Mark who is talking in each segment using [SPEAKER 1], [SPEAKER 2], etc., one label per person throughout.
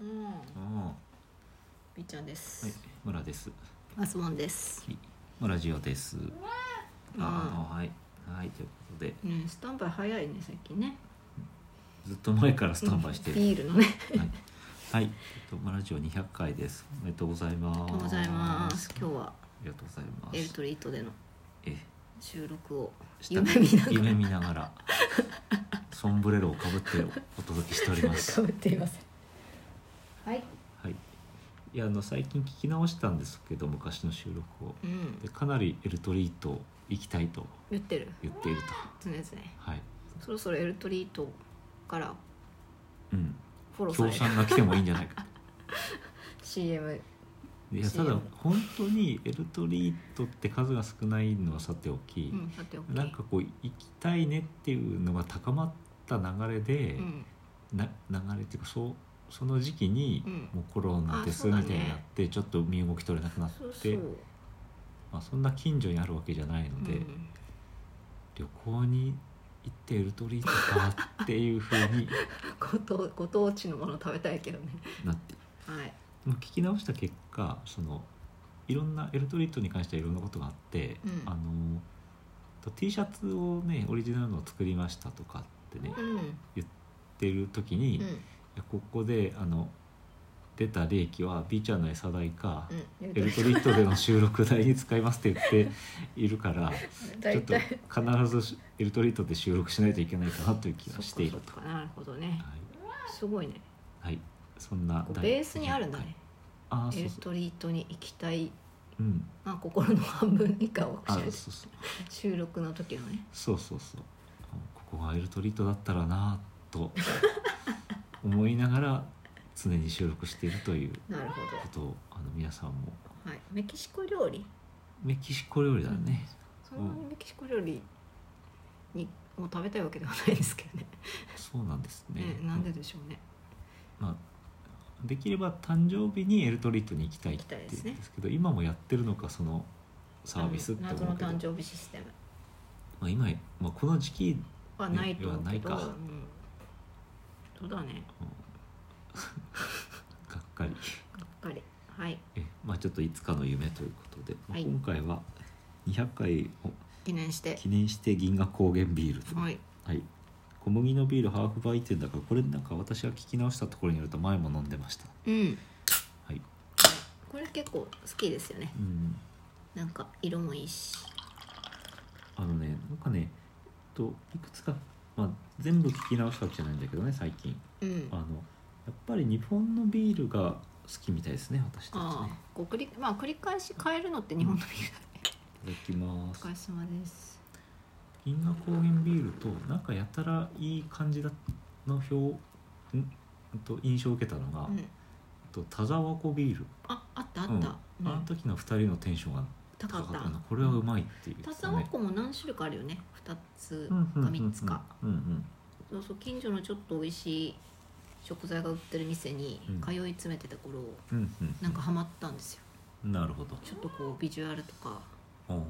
[SPEAKER 1] うん、
[SPEAKER 2] あ
[SPEAKER 1] みっちゃんで
[SPEAKER 2] あ、はい
[SPEAKER 1] す。、
[SPEAKER 2] 村です。
[SPEAKER 1] マスモンです。
[SPEAKER 2] 村ジオです。
[SPEAKER 1] うん
[SPEAKER 2] ああ、はい、はい、ということで、
[SPEAKER 1] ね、スタンバイ早いね、最近ね。
[SPEAKER 2] ずっと前からスタンバイしてる。
[SPEAKER 1] ビールのね。
[SPEAKER 2] はい、はい、えっと、村ジオ200回です。おめでとうございます。
[SPEAKER 1] おはようございます。今日は
[SPEAKER 2] ありがとうございま
[SPEAKER 1] エル
[SPEAKER 2] す。
[SPEAKER 1] トリートでの
[SPEAKER 2] え、
[SPEAKER 1] 収録を
[SPEAKER 2] 下
[SPEAKER 1] 夢見なが
[SPEAKER 2] 夢見ながら。ソンブレロをかぶってお届けしておりま
[SPEAKER 1] ら
[SPEAKER 2] す。
[SPEAKER 1] ぶっていません。はい。
[SPEAKER 2] はい。いや、あの、最近聞き直したんですけど、昔の収録を。
[SPEAKER 1] うん
[SPEAKER 2] で、。かなりエルトリート行きたいと
[SPEAKER 1] 言ってる。
[SPEAKER 2] 言っていると。
[SPEAKER 1] 常々。
[SPEAKER 2] はい。
[SPEAKER 1] そろそろエルトリートから
[SPEAKER 2] うん。
[SPEAKER 1] フォロ
[SPEAKER 2] 協
[SPEAKER 1] ーされる。
[SPEAKER 2] 賛が来てもいいんじゃないか
[SPEAKER 1] CM。
[SPEAKER 2] いやただ本当にエルトリートって数が少ないのはさておき
[SPEAKER 1] う、ん。さておき。
[SPEAKER 2] なんかこう行きたいねっていうのが高まった流れで、
[SPEAKER 1] うん。
[SPEAKER 2] な流れっていうかそうその時期に、
[SPEAKER 1] うん
[SPEAKER 2] もうコロナです
[SPEAKER 1] あそう
[SPEAKER 2] み
[SPEAKER 1] だ
[SPEAKER 2] た
[SPEAKER 1] ね
[SPEAKER 2] いになって、ちょっと身動き取れなくなって
[SPEAKER 1] そうそう。
[SPEAKER 2] まあ、そんな近所にあるわけじゃないので、
[SPEAKER 1] うん
[SPEAKER 2] 旅行に行ってエルトリートかっていうふうに
[SPEAKER 1] ご当ご当地のもの食べたいけどね。
[SPEAKER 2] なって
[SPEAKER 1] はい。
[SPEAKER 2] でも聞き直した結果そのいろんなエルトリートに関してはいろんなことがあって、
[SPEAKER 1] うん
[SPEAKER 2] あのと T シャツをねオリジナルのを作りましたとかってね
[SPEAKER 1] う
[SPEAKER 2] 言
[SPEAKER 1] ん。
[SPEAKER 2] ってる時に、
[SPEAKER 1] う
[SPEAKER 2] い
[SPEAKER 1] ん。
[SPEAKER 2] やここであの出た利益は B ちゃんの餌代か、
[SPEAKER 1] うん。
[SPEAKER 2] エルトリートでの収録代に使いますって言っているからちょ
[SPEAKER 1] 大
[SPEAKER 2] っと
[SPEAKER 1] 体。
[SPEAKER 2] 必ずしエルトリートで収録しないといけないかなという気がしている
[SPEAKER 1] そっ
[SPEAKER 2] と。
[SPEAKER 1] かそっかなるほどね
[SPEAKER 2] はい
[SPEAKER 1] すごいね
[SPEAKER 2] はいそんな
[SPEAKER 1] こう
[SPEAKER 2] 第
[SPEAKER 1] ベースにあるんだね
[SPEAKER 2] あー
[SPEAKER 1] エ
[SPEAKER 2] そう
[SPEAKER 1] ル
[SPEAKER 2] そ
[SPEAKER 1] トリートに行きたいう
[SPEAKER 2] うん
[SPEAKER 1] あ心の半分以下を
[SPEAKER 2] あそうそう
[SPEAKER 1] 収録の時のね
[SPEAKER 2] そうそうそうここがエルトリートだったらなぁと思いながら常に収録しているというこ
[SPEAKER 1] なるほ
[SPEAKER 2] とをあの皆さんも
[SPEAKER 1] ど、はい、メキシコ料理
[SPEAKER 2] メキシコ料理だね、
[SPEAKER 1] そんなにメキシコ料理にもう食べたいわけではないですけどね
[SPEAKER 2] そうなんですね
[SPEAKER 1] ねなんででしょうね
[SPEAKER 2] まあ、できれば誕生日にエルトリートに行きたいって
[SPEAKER 1] 行きたい
[SPEAKER 2] 言
[SPEAKER 1] です
[SPEAKER 2] う
[SPEAKER 1] ね
[SPEAKER 2] んですけど今もやってるのかそのサービス
[SPEAKER 1] あ
[SPEAKER 2] って
[SPEAKER 1] の
[SPEAKER 2] 思う
[SPEAKER 1] 謎の
[SPEAKER 2] けど、
[SPEAKER 1] 誕生日システム
[SPEAKER 2] まあ、今、まあ、この時期、うん
[SPEAKER 1] はないと思うけど、
[SPEAKER 2] ね
[SPEAKER 1] う
[SPEAKER 2] はないか
[SPEAKER 1] ん、そうだね
[SPEAKER 2] がっかり。
[SPEAKER 1] がっかりはい
[SPEAKER 2] えまあ、ちょっといつかの夢ということで、まあ
[SPEAKER 1] はい
[SPEAKER 2] 今回は200回を
[SPEAKER 1] 記念して
[SPEAKER 2] 記念して銀河高原ビールと、
[SPEAKER 1] は
[SPEAKER 2] はい
[SPEAKER 1] い
[SPEAKER 2] 小麦のビールハーフ売店だからこれなんか私が聞き直したところによると前も飲んでました
[SPEAKER 1] うん
[SPEAKER 2] はい
[SPEAKER 1] これ結構好きですよね
[SPEAKER 2] うん
[SPEAKER 1] なんか色もいいし
[SPEAKER 2] あのねなんかねえっといくつか、まあ、全部聞き直したわけじゃないんだけどね最近
[SPEAKER 1] うん
[SPEAKER 2] あのやっぱり日本のビールが好きみたいですね私たちね
[SPEAKER 1] ああ、こう繰り、まあ、繰り返し変えるのって日本のビールだね。
[SPEAKER 2] いただきま
[SPEAKER 1] お
[SPEAKER 2] す
[SPEAKER 1] 疲れ様です。
[SPEAKER 2] 銀河高原ビールとなんかやたらいい感じだの表んうんと印象を受けたのが、
[SPEAKER 1] うん、
[SPEAKER 2] と田沢湖ビール、
[SPEAKER 1] あ、あったあった。う
[SPEAKER 2] うん
[SPEAKER 1] ん
[SPEAKER 2] あの時の2人のテンションが
[SPEAKER 1] 高
[SPEAKER 2] 高
[SPEAKER 1] か
[SPEAKER 2] か
[SPEAKER 1] っ
[SPEAKER 2] ったたな。これはうまいっていう、ね
[SPEAKER 1] タサワコも何種類かあるよね。二つ
[SPEAKER 2] うんうんうんう
[SPEAKER 1] か
[SPEAKER 2] ん
[SPEAKER 1] 三つか。
[SPEAKER 2] うんうん
[SPEAKER 1] そうそう、近所のちょっと美味しい食材が売ってる店に
[SPEAKER 2] うん
[SPEAKER 1] 通い詰めてた頃、
[SPEAKER 2] うんうん
[SPEAKER 1] なんかハマったんですよ。
[SPEAKER 2] なるほど
[SPEAKER 1] ちょっとこうビジュアルとか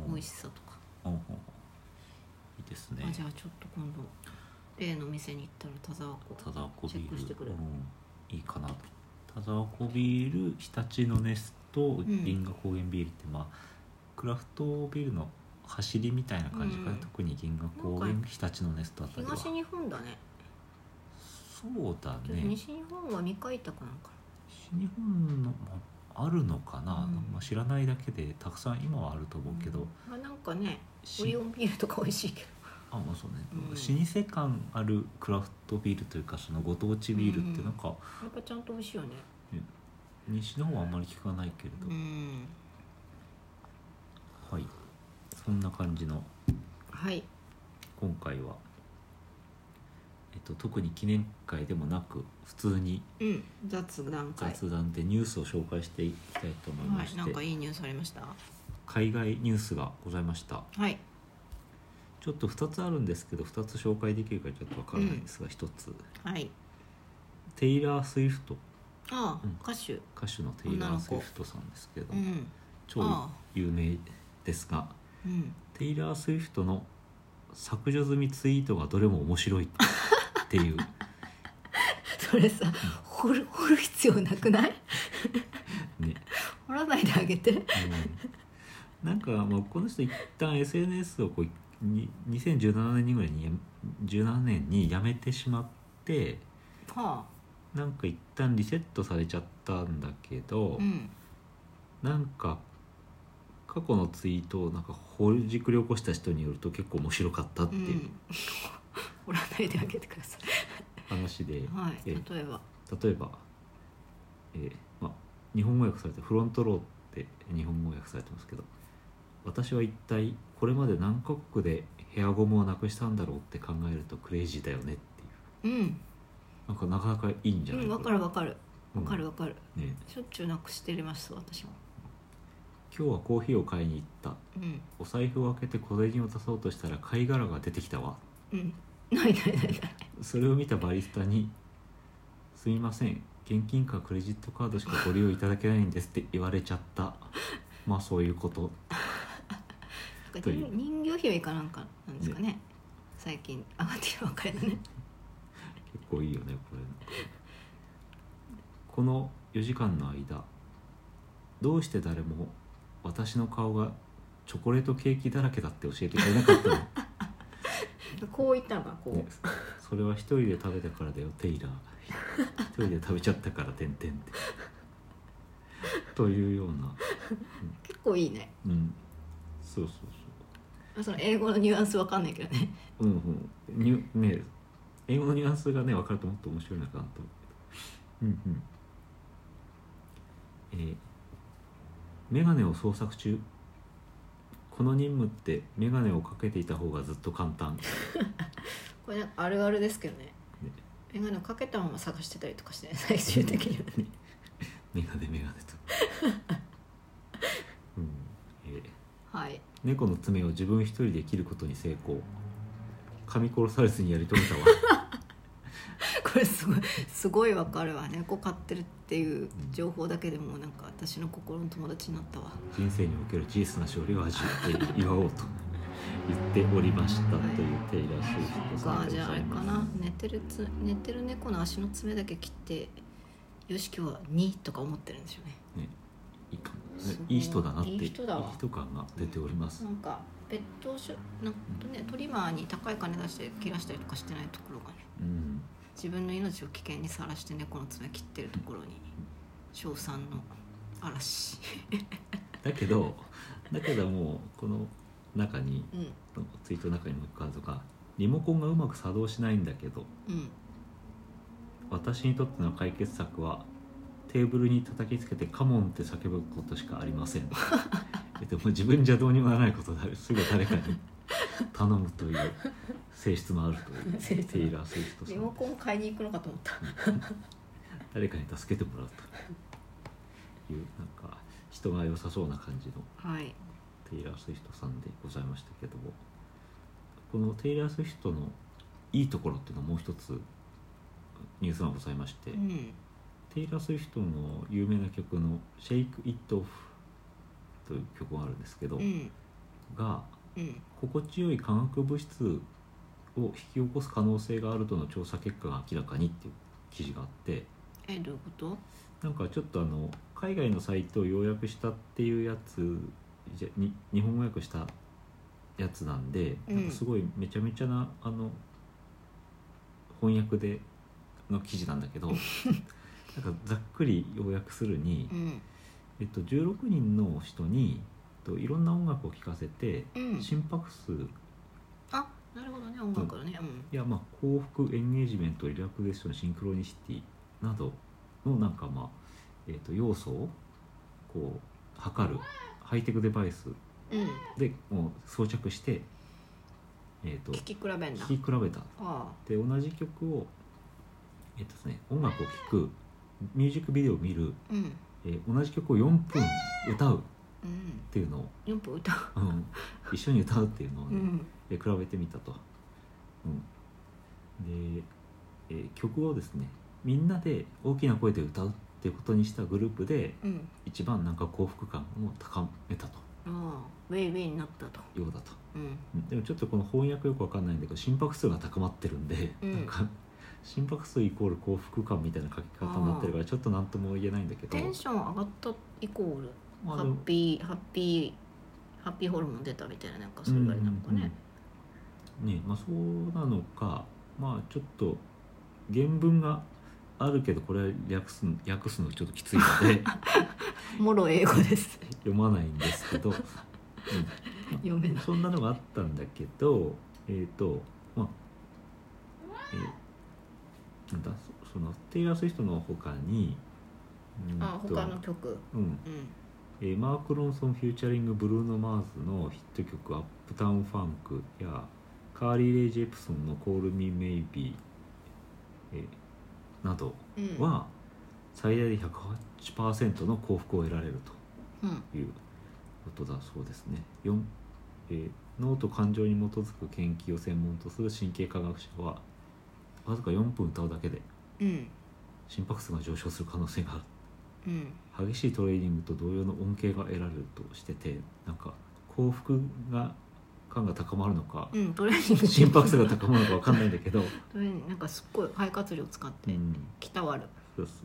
[SPEAKER 1] 美味しさとか。
[SPEAKER 2] うんうんうんいいですね
[SPEAKER 1] あ、じゃあちょっと今度例の店に行ったら田沢湖。
[SPEAKER 2] 田沢湖ビー
[SPEAKER 1] チェック
[SPEAKER 2] ル
[SPEAKER 1] してくる
[SPEAKER 2] うん、いいかなと田沢湖ビール日立のネスと
[SPEAKER 1] ん
[SPEAKER 2] 銀河高原ビールって、まあクラフトビールの走りみたいな感じかな、
[SPEAKER 1] うん
[SPEAKER 2] 特に銀河高原
[SPEAKER 1] なん
[SPEAKER 2] 日立のネストあたりは
[SPEAKER 1] 東日本だね。
[SPEAKER 2] そうだ
[SPEAKER 1] ちょっと
[SPEAKER 2] ね
[SPEAKER 1] 西日本は未開拓なのか
[SPEAKER 2] 西日本のもあるのかな、
[SPEAKER 1] うん
[SPEAKER 2] まあ、知らないだけでたくさん今はあると
[SPEAKER 1] な。
[SPEAKER 2] 思うけど、
[SPEAKER 1] まあ、なんかね。
[SPEAKER 2] し
[SPEAKER 1] オリオンビールとか美味しいけど
[SPEAKER 2] あまあそうね、
[SPEAKER 1] うん
[SPEAKER 2] 老舗感あるクラフトビールというかそのご当地ビールってなんか、
[SPEAKER 1] やっぱちゃんと美味しいよね
[SPEAKER 2] 西の方はあんまり聞かないけれど、
[SPEAKER 1] ん
[SPEAKER 2] はいそんな感じの
[SPEAKER 1] はい
[SPEAKER 2] 今回は、えっと、特に記念会でもなく普通に
[SPEAKER 1] うん雑談会
[SPEAKER 2] 雑談でニュースを紹介していきたいと思いま
[SPEAKER 1] はい
[SPEAKER 2] して、
[SPEAKER 1] なんかいいニュースありました
[SPEAKER 2] 海外ニュースがございました
[SPEAKER 1] はい
[SPEAKER 2] ちょっと2つあるんですけど2つ紹介できるかちょっとわからないんですが、1つ
[SPEAKER 1] はい
[SPEAKER 2] テイラー・スウィフト
[SPEAKER 1] ああ、
[SPEAKER 2] うん
[SPEAKER 1] 歌手
[SPEAKER 2] 歌手のテイラー・スウィフトさんですけど、
[SPEAKER 1] うん
[SPEAKER 2] 超
[SPEAKER 1] ああ
[SPEAKER 2] 有名ですが
[SPEAKER 1] うん
[SPEAKER 2] テイラー・スウィフトの 削除済みツイートがどれも面白いっていう
[SPEAKER 1] それさ掘る掘る必要なくない
[SPEAKER 2] ね、
[SPEAKER 1] 掘らないであげて
[SPEAKER 2] うん、なんかもうこの人一旦 SNS をこうに2017年にぐらいにや17年にやめてしまって
[SPEAKER 1] は
[SPEAKER 2] なんか一旦リセットされちゃったんだけ
[SPEAKER 1] あ
[SPEAKER 2] ど、
[SPEAKER 1] うん
[SPEAKER 2] なんか過去のツイートをなんかほじくり起こした人によると結構面白かったっ
[SPEAKER 1] う
[SPEAKER 2] ていうん
[SPEAKER 1] 掘らないであげてください
[SPEAKER 2] 話で、
[SPEAKER 1] はい
[SPEAKER 2] え
[SPEAKER 1] 例えば
[SPEAKER 2] 例えば、えーまあ、日本語訳されてフロントローって日本語訳されてますけど私は一体これまで何カ国でヘアゴムをなくしたんだろうって考えるとクレイジーだよねっていう
[SPEAKER 1] うん
[SPEAKER 2] なんかなかなかいいんじ
[SPEAKER 1] う
[SPEAKER 2] ゃない
[SPEAKER 1] んわ
[SPEAKER 2] こ
[SPEAKER 1] か
[SPEAKER 2] れ
[SPEAKER 1] るわかるわかるわかる
[SPEAKER 2] うんね、
[SPEAKER 1] しょっちゅうなくしてました私も
[SPEAKER 2] 今日はコーヒーを買いに行った
[SPEAKER 1] うん
[SPEAKER 2] お財布を開けて小銭を出そうとしたら貝殻が出てきたわ
[SPEAKER 1] うんないないないない
[SPEAKER 2] それを見たバリスタに「すみません現金かクレジットカードしかご利用いただけないんです」って言われちゃったまあそういうこと
[SPEAKER 1] なんか
[SPEAKER 2] とい
[SPEAKER 1] 人
[SPEAKER 2] う
[SPEAKER 1] 人形拾いかなんかなんですかね最近上がってるばっかりだね
[SPEAKER 2] 結構いいよねこれこの4時間の間どうして誰も私の顔がチョコレートケーキだらけだって教えてくれなかった の、
[SPEAKER 1] こういったのがこう、
[SPEAKER 2] ねそれは一人で食べたからだよテイラー一人で食べちゃったからてんてんってというような
[SPEAKER 1] 結構いいね
[SPEAKER 2] うんそうそう
[SPEAKER 1] その英語のニュアンスわかんないけどね
[SPEAKER 2] そううんうんにね英語のニュアンスがね分かるともっと面白いのかなと思うけどうんうんえー眼鏡を捜索中この任務って眼鏡をかけていた方がずっと簡単
[SPEAKER 1] これなんかあるあるですけどね
[SPEAKER 2] ね
[SPEAKER 1] 眼鏡をかけたまま探してたりとかしてね最終的にはね
[SPEAKER 2] 眼鏡眼鏡と、うんえー
[SPEAKER 1] はい
[SPEAKER 2] 猫の爪を自分一人で切ることに成功噛み殺されずにやり遂げたわ
[SPEAKER 1] これすごいすごいわかるわ猫飼ってるっていう情報だけでもうなんか私の心の友達になったわ
[SPEAKER 2] 人生における小さな勝利を味わって祝おうと言っておりました
[SPEAKER 1] はい
[SPEAKER 2] というテイラー・スウィフトさ
[SPEAKER 1] が
[SPEAKER 2] んで
[SPEAKER 1] じ
[SPEAKER 2] ご
[SPEAKER 1] ゃああ
[SPEAKER 2] ざ
[SPEAKER 1] れ
[SPEAKER 2] い
[SPEAKER 1] か
[SPEAKER 2] ます
[SPEAKER 1] な寝てるつ寝てる猫の足の爪だけ切ってよし今日は2とか思ってるんでしょうね
[SPEAKER 2] ねいいかも
[SPEAKER 1] すごい
[SPEAKER 2] いい人だなって
[SPEAKER 1] いい人だわ
[SPEAKER 2] 感が出ております、
[SPEAKER 1] なんかペットショなんかねトリマーに高い金出して切らしたりとかしてないところがね
[SPEAKER 2] うん、
[SPEAKER 1] 自分の命を危険にさらして猫の爪切ってるところに称賛の嵐
[SPEAKER 2] だけどだけどもうこの中に
[SPEAKER 1] うん
[SPEAKER 2] ツイートの中にも書くとかリモコンがうまく作動しないんだけど
[SPEAKER 1] うん
[SPEAKER 2] 私にとっての解決策はテーブルに叩きつけて「カモン」って叫ぶことしかありませんえでも自分じゃどうにもならないことであるすぐ誰かに頼むという性質もあるという
[SPEAKER 1] 性質
[SPEAKER 2] テイラー・スウィフトさ
[SPEAKER 1] リモ
[SPEAKER 2] ん
[SPEAKER 1] コン買いに行くのかと思った
[SPEAKER 2] 誰かに助けてもらうというなんか人が良さそうな感じの
[SPEAKER 1] はい
[SPEAKER 2] テイラー・スウィフトさんでございましたけどもこのテイラー・スウィフトのいいところっていうのはもう一つニュースがございまして、
[SPEAKER 1] うん
[SPEAKER 2] テイラー・スウィフトの有名な曲の「Shake It Off」という曲があるんですけど、
[SPEAKER 1] うん
[SPEAKER 2] が
[SPEAKER 1] うん
[SPEAKER 2] 心地よい化学物質を引き起こす可能性があるとの調査結果が明らかにっていう記事があって
[SPEAKER 1] えどういうこと
[SPEAKER 2] なんかちょっとあの海外のサイトを要約したっていうやつじゃに日本語訳したやつなんで、
[SPEAKER 1] うん
[SPEAKER 2] なんかすごいめちゃめちゃなあの翻訳での記事なんだけ どなんかざっくり要約するに。
[SPEAKER 1] うん
[SPEAKER 2] えっと、16人の人に、えっと、いろんな音楽を聴かせて、
[SPEAKER 1] うん
[SPEAKER 2] 心拍数
[SPEAKER 1] あなるほどね音楽のねうん
[SPEAKER 2] や、まあ、幸福エンゲージメントリラクゼーションシンクロニシティなどのなんか、まあえっと、要素をこう測るハイテクデバイス
[SPEAKER 1] うん
[SPEAKER 2] でもう装着して、えっと、
[SPEAKER 1] 聞き比べんだ
[SPEAKER 2] 聴き比べた
[SPEAKER 1] あ
[SPEAKER 2] で同じ曲を、えっとですね、音楽を聴くミュージックビデオを見る、
[SPEAKER 1] あうん
[SPEAKER 2] えー同じ曲を4分歌うっ
[SPEAKER 1] うん
[SPEAKER 2] ていうのを
[SPEAKER 1] 4分歌う
[SPEAKER 2] うん、一緒に歌うっていうのを
[SPEAKER 1] う
[SPEAKER 2] ね、
[SPEAKER 1] ん
[SPEAKER 2] え比べてみたと、うん、で、えー曲をですねみんなで大きな声で歌うっていうことにしたグループで
[SPEAKER 1] うん
[SPEAKER 2] 一番なんか幸福感を高めたと
[SPEAKER 1] ああウェイウェイになったと
[SPEAKER 2] ようだと、
[SPEAKER 1] うん
[SPEAKER 2] うんでもちょっとこの翻訳よくわかんないんだけど心拍数が高まってるんで、
[SPEAKER 1] うん
[SPEAKER 2] なんか心拍数イコール幸福感みたいな書き方になってるからちょっと何とも言えないんだけど
[SPEAKER 1] テンション上がったイコール
[SPEAKER 2] ま
[SPEAKER 1] ハ
[SPEAKER 2] あでも
[SPEAKER 1] ッピーハッピーハッピーホルモン出たみたいななんかそういうぐらいなのかね、
[SPEAKER 2] うんうんねまあ、そうなのかまあちょっと原文があるけどこれ略すの訳すのちょっときついの で
[SPEAKER 1] もろ英語です
[SPEAKER 2] 読まないんですけど、
[SPEAKER 1] 読め
[SPEAKER 2] う
[SPEAKER 1] ない
[SPEAKER 2] ん、そんなのがあったんだけどえっ、とまあ、えーなんだそそのテイラー・スウィフトの他にうん
[SPEAKER 1] あ
[SPEAKER 2] と
[SPEAKER 1] 他の曲
[SPEAKER 2] うん
[SPEAKER 1] うん
[SPEAKER 2] えーマーク・ロンソンフューチャリングブルーノ・マーズのヒット曲「アップタウン・ファンク」やカーリー・レイ・ジェプソンの「コール・ミ・メイビー」えーなど
[SPEAKER 1] うん、
[SPEAKER 2] は最大で108%の幸福を得られる
[SPEAKER 1] うん、
[SPEAKER 2] ということだそうですね。4えー脳と感情に基づく研究を専門とする神経科学者はわずか4分歌うだけで
[SPEAKER 1] うん、
[SPEAKER 2] 心拍数が上昇する可能性がある
[SPEAKER 1] うん、
[SPEAKER 2] 激しいトレーニングと同様の恩恵が得られるとしててなんか幸福が感が高まるのか
[SPEAKER 1] うん、トレーニング
[SPEAKER 2] 心拍数が高まるのかわかんないんだけど、
[SPEAKER 1] トレーニングなんかすっごい肺活量使っ
[SPEAKER 2] う
[SPEAKER 1] て
[SPEAKER 2] ん、
[SPEAKER 1] 鍛わる
[SPEAKER 2] そうです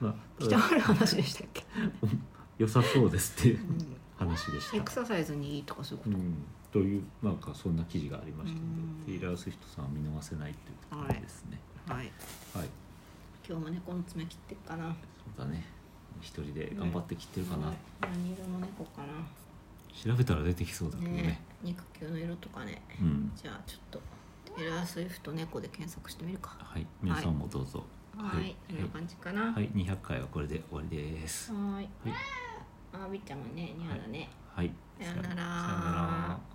[SPEAKER 2] まあた
[SPEAKER 1] 鍛
[SPEAKER 2] だ
[SPEAKER 1] わる話でしたっけ、
[SPEAKER 2] 良さそうですっていう
[SPEAKER 1] う
[SPEAKER 2] 話でし
[SPEAKER 1] ん、エ
[SPEAKER 2] た
[SPEAKER 1] ク。ササイズにいいとかそういう
[SPEAKER 2] う
[SPEAKER 1] こ
[SPEAKER 2] ん、というなんかそんな記事がありました
[SPEAKER 1] うん
[SPEAKER 2] のでテイラー・スウィフトさんは見逃せないというところですね。
[SPEAKER 1] と、はい
[SPEAKER 2] はい、
[SPEAKER 1] 今日も猫の爪切ってっかな
[SPEAKER 2] そうだね一人で頑張って切ってるかな、
[SPEAKER 1] はい何色の猫かな
[SPEAKER 2] 調べたら出てきそうだけど
[SPEAKER 1] ね
[SPEAKER 2] ね。
[SPEAKER 1] 肉球の色とかね
[SPEAKER 2] うん
[SPEAKER 1] じゃあちょっとテイラー・スウィフト猫で検索してみるか
[SPEAKER 2] はい、皆さんもどうぞ。
[SPEAKER 1] はい、こんな感じかな
[SPEAKER 2] はい、200回はこれで終わりです。
[SPEAKER 1] はーい
[SPEAKER 2] はい
[SPEAKER 1] あーびっちゃんもねニャーだね、
[SPEAKER 2] はい。
[SPEAKER 1] さよなら
[SPEAKER 2] さよなら。